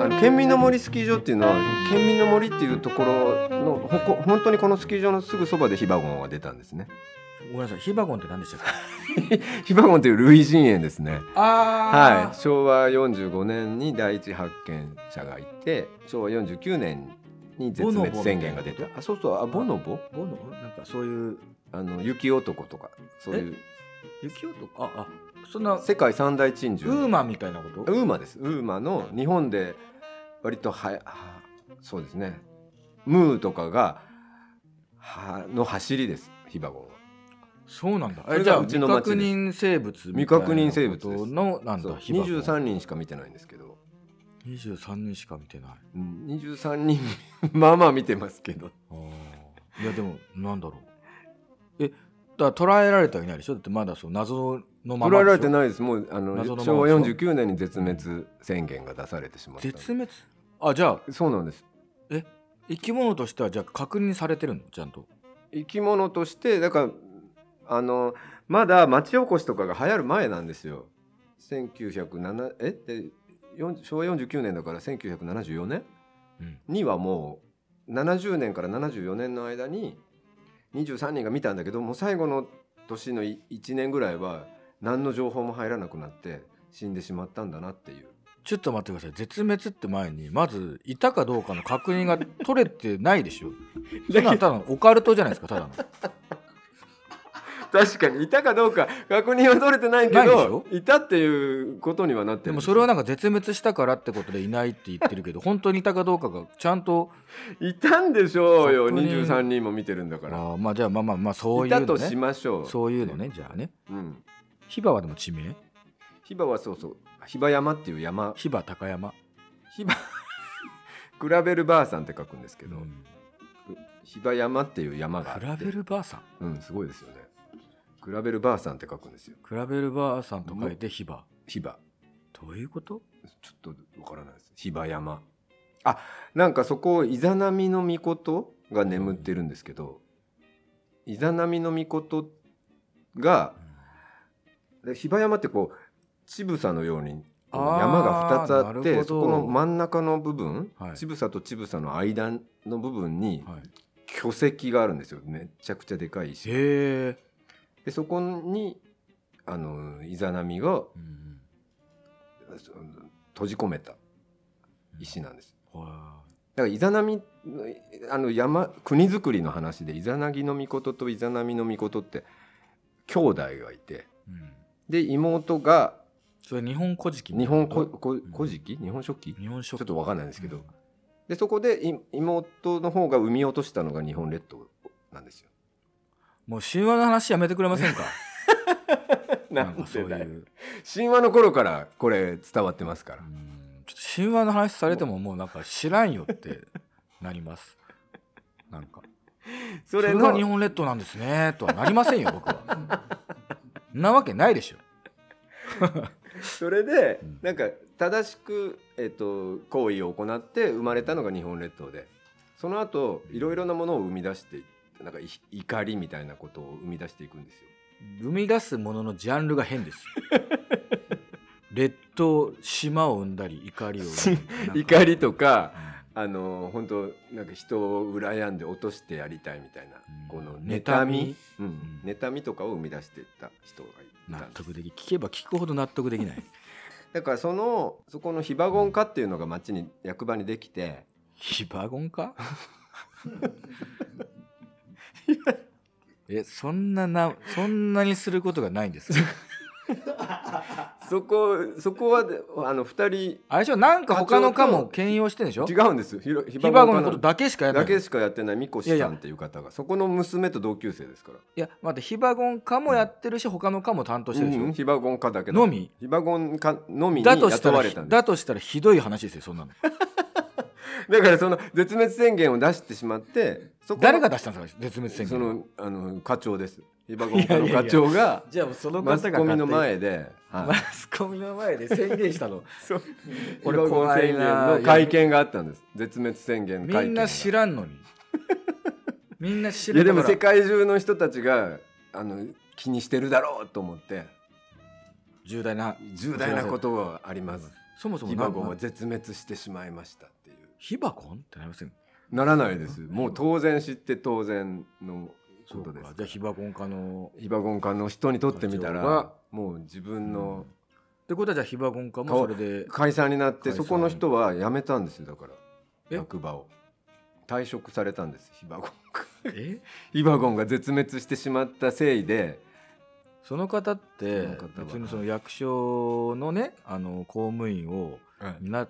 あの県民の森スキー場っていうのは県民の森っていうところのほこ本当にこのスキー場のすぐそばでヒバゴンは出たんですね。 ごめんなさい、ヒバゴンって何でしたっけヒバゴンという類人猿ですね。あはい、昭和45年に第一発見者がいて昭和49年に絶滅宣言が出ボノたあそうそうあボノボい。ボノなんかそういう、あの雪男とかそういう雪男あ、あ、そんな、ウ世界三大珍獣ーマンみたいなことウーマですウーマの日本で割とはやはそうですねムーとかがはの走りですヒバゴンはそうなんだ。それえがじゃあ、うち未の町確です認生物みたいな未確認生物ですことの、なんそうだ、ヒバゴン。 23人しか見てないんですけど、 23人しか見てない。うん、23人まあまあ見てますけどあーいやでもなんだろうえだから捉えられてはいないでしょだってまだそう謎のまま捉えられていないですもうあの謎のま昭ま和でしょ49年に絶滅宣言が出されてしまったんで絶滅あじゃあそうなんです生き物としてはじゃあ確認されてるのちゃんと生き物としてだからあのまだ町おこしとかが流行る前なんですよ1907えで40昭和49年だから1974年うんにはもう70年から74年の間に23人が見たんだけどもう最後の年の1年ぐらいは何の情報も入らなくなって死んでしまったんだなっていうちょっと待ってください絶滅って前にまずいたかどうかの確認が取れてないで しょそんなのただのオカルトじゃないですかただの確かにいたかどうか確認は取れてないけないでしどょいたっていうことにはなってでるんもすそれはなんか絶滅したからってことでいないって言ってるけど本当にいたかどうかがちゃんといたんでしょうよ確認23人も見てるんだあからーまあじゃあまあまあまあそういいうたのとしねましょうそういうのねじゃあねうんヒバはでも地名ヒバはそうそうヒバ山っていう山ヒバ高山ヒバ比べるばあさんって書くんですけけど、ど、ヒバ山っていう山があクってラベルばあさんうんすごいですよね比べるばあさんって書くんですよクラベルばあさんと書いてヒバヒバどういうことちょっとわからないですヒバ山あなんかそこイザナミの御事が眠ってるんですけどイザナミの御事がで比婆山ってこう乳房のようにこの山が2つあっなるてほどそこの真ん中の部分はい乳房、と乳房の間の部分にはい、巨石があるんですよめっちゃくちゃでかい石へえ、でそこにあのイザナミがうんその閉じ込めた石なんですはだからイザナミあの山国づくりの話でイザナギの御事とイザナミの御事って兄弟がいてい、うん、で妹がそれ日本古事記日本こ古こ古事記日本書紀日本書ちょっとわかんないんですけど、うんでそこでい妹の方が産み落としたのが日本列島なんですよ。もう神話の話やめてくれませんか なんかそういうでだようん神話の頃からこれ伝わってますから。ちょっと神話の話されてももうなんか知らんよってなりますなんかそそれれのが日本列島なんですねとはなりませんよ僕はんなわけないでしょそれでうんなんか正しく、えっと行為を行って生まれたのが日本列島でその後いろいろなものを生み出していってなんかい怒りみたいなことを生み出していくんですよ。生み出すもののジャンルが変です列島島を生んだり怒りを生んだりなんか 怒りとかうあの本当なんか人を羨んで落としてやりたいみたいな、うんこの妬妬みみ、うんうん妬みとかを生み出していった人がいん納たんです得でき聞けば聞くほど納得できないだからそのそこのヒバゴン化っていうのが町に役場にできてヒバゴ ンかえそんななそんなにすることがないんですかそこそこはであの2 あれでしょなんか他の科も兼用してんでしょ人違ヒうんですよひろヒバゴンの化ことだけしかやらなだいけしかやってないみこしいやさいんやっていう方がそこの娘と同級生ですからいや待ってヒバゴン科もやってるし他の科も担当してるでしょ、うんヒバゴン化だけだのみヒバゴン化のみにだとした雇らわれたんですだとしたらひどい話ですよそんなのだからその絶滅宣言を出してしまってそこの誰が出したんですか絶滅宣そ言のあの課長 です。ヒバゴン課いやのいやいや課長がじゃあそのマスコミの前で、マはいスコミの前で宣言したの そうヒバ 俺ゴン怖い宣言なの会見があったんです。絶滅宣言の会見が。みんな知らんのにみんな知いらやんでだもから世界中の人たちがあの気にしてるだろうと思って、重大な重大なことはありますそもそもヒバなゴンなは絶滅してしまいましたっていうヒバゴンってなりませんならないですもう当然知って当然のそことうでかすからじゃあヒバゴン科のヒバゴン科の人にとってみた課長らはもう自分のってことはじゃあヒバゴン科もそれで解散になって解そ散この人は辞めたんですよだからえ役場を退職されたんですヒバゴンが えヒバゴンが絶滅してしまったせいでその方ってその方は別にその役所のねあの公務員をなっ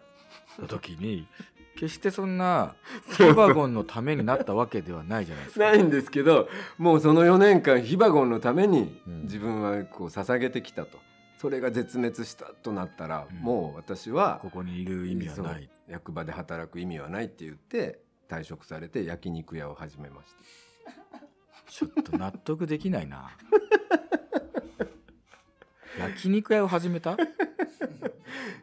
た時 に決してそんなヒそうバゴンのためになったわけではないじゃないですか。ないんですけどもうその4年間ヒバゴンのためにうん自分はこう捧げてきたとそれが絶滅したとなったらうんもう私はここにいる意味はない。そう役場で働く意味はないって言って退職されて焼肉屋を始めましたちょっと納得できないな。 焼肉屋を始めた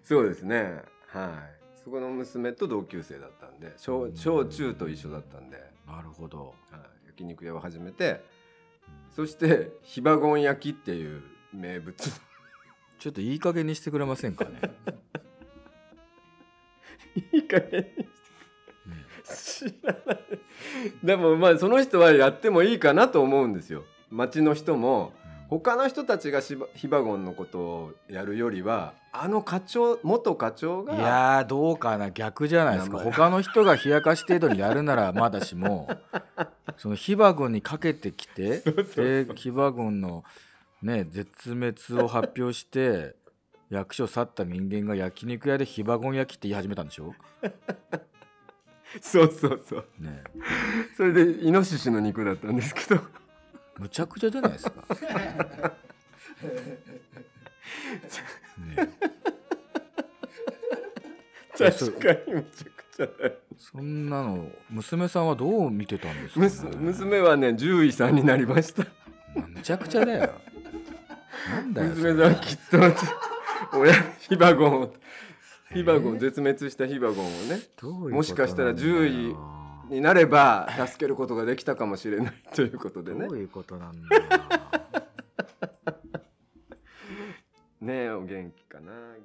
そうですねはいそこの娘と同級生だったんで小小中と一緒だったんで、なるほど。はい、焼肉屋を始めてそしてヒバゴン焼きっていう名物のちょっといい加減にしてくれませんかね。いい加減に うん知らないでもまあその人はやってもいいかなと思うんですよ町の人も他の人たちがしばヒバゴンのことをやるよりはあの課長元課長いがやーどうかな逆じゃないですか名前他の人が冷やかし程度にやるならまだし もそのヒバゴンにかけてきてでヒバゴンの、ね、絶滅を発表して役所を去った人間が焼肉屋でヒバゴン焼きって言い始めたんでしょ、そうそうそうねえ、それでイノシシの肉だったんですけどむちゃくちゃじゃない ですか。ねええそう確かにむちゃくちゃだよそんなの娘さんはどう見てたんですか、ね娘、娘はね獣医さんになりましたむちゃくちゃだよ。なんだよ。それ娘さんきっと親ヒバゴンをヒバゴンえー絶滅したヒバゴンをねどういうことなんだよもしかしたら獣医になれば助けることができたかもしれないということでねどういうことなんだよねえお元気かな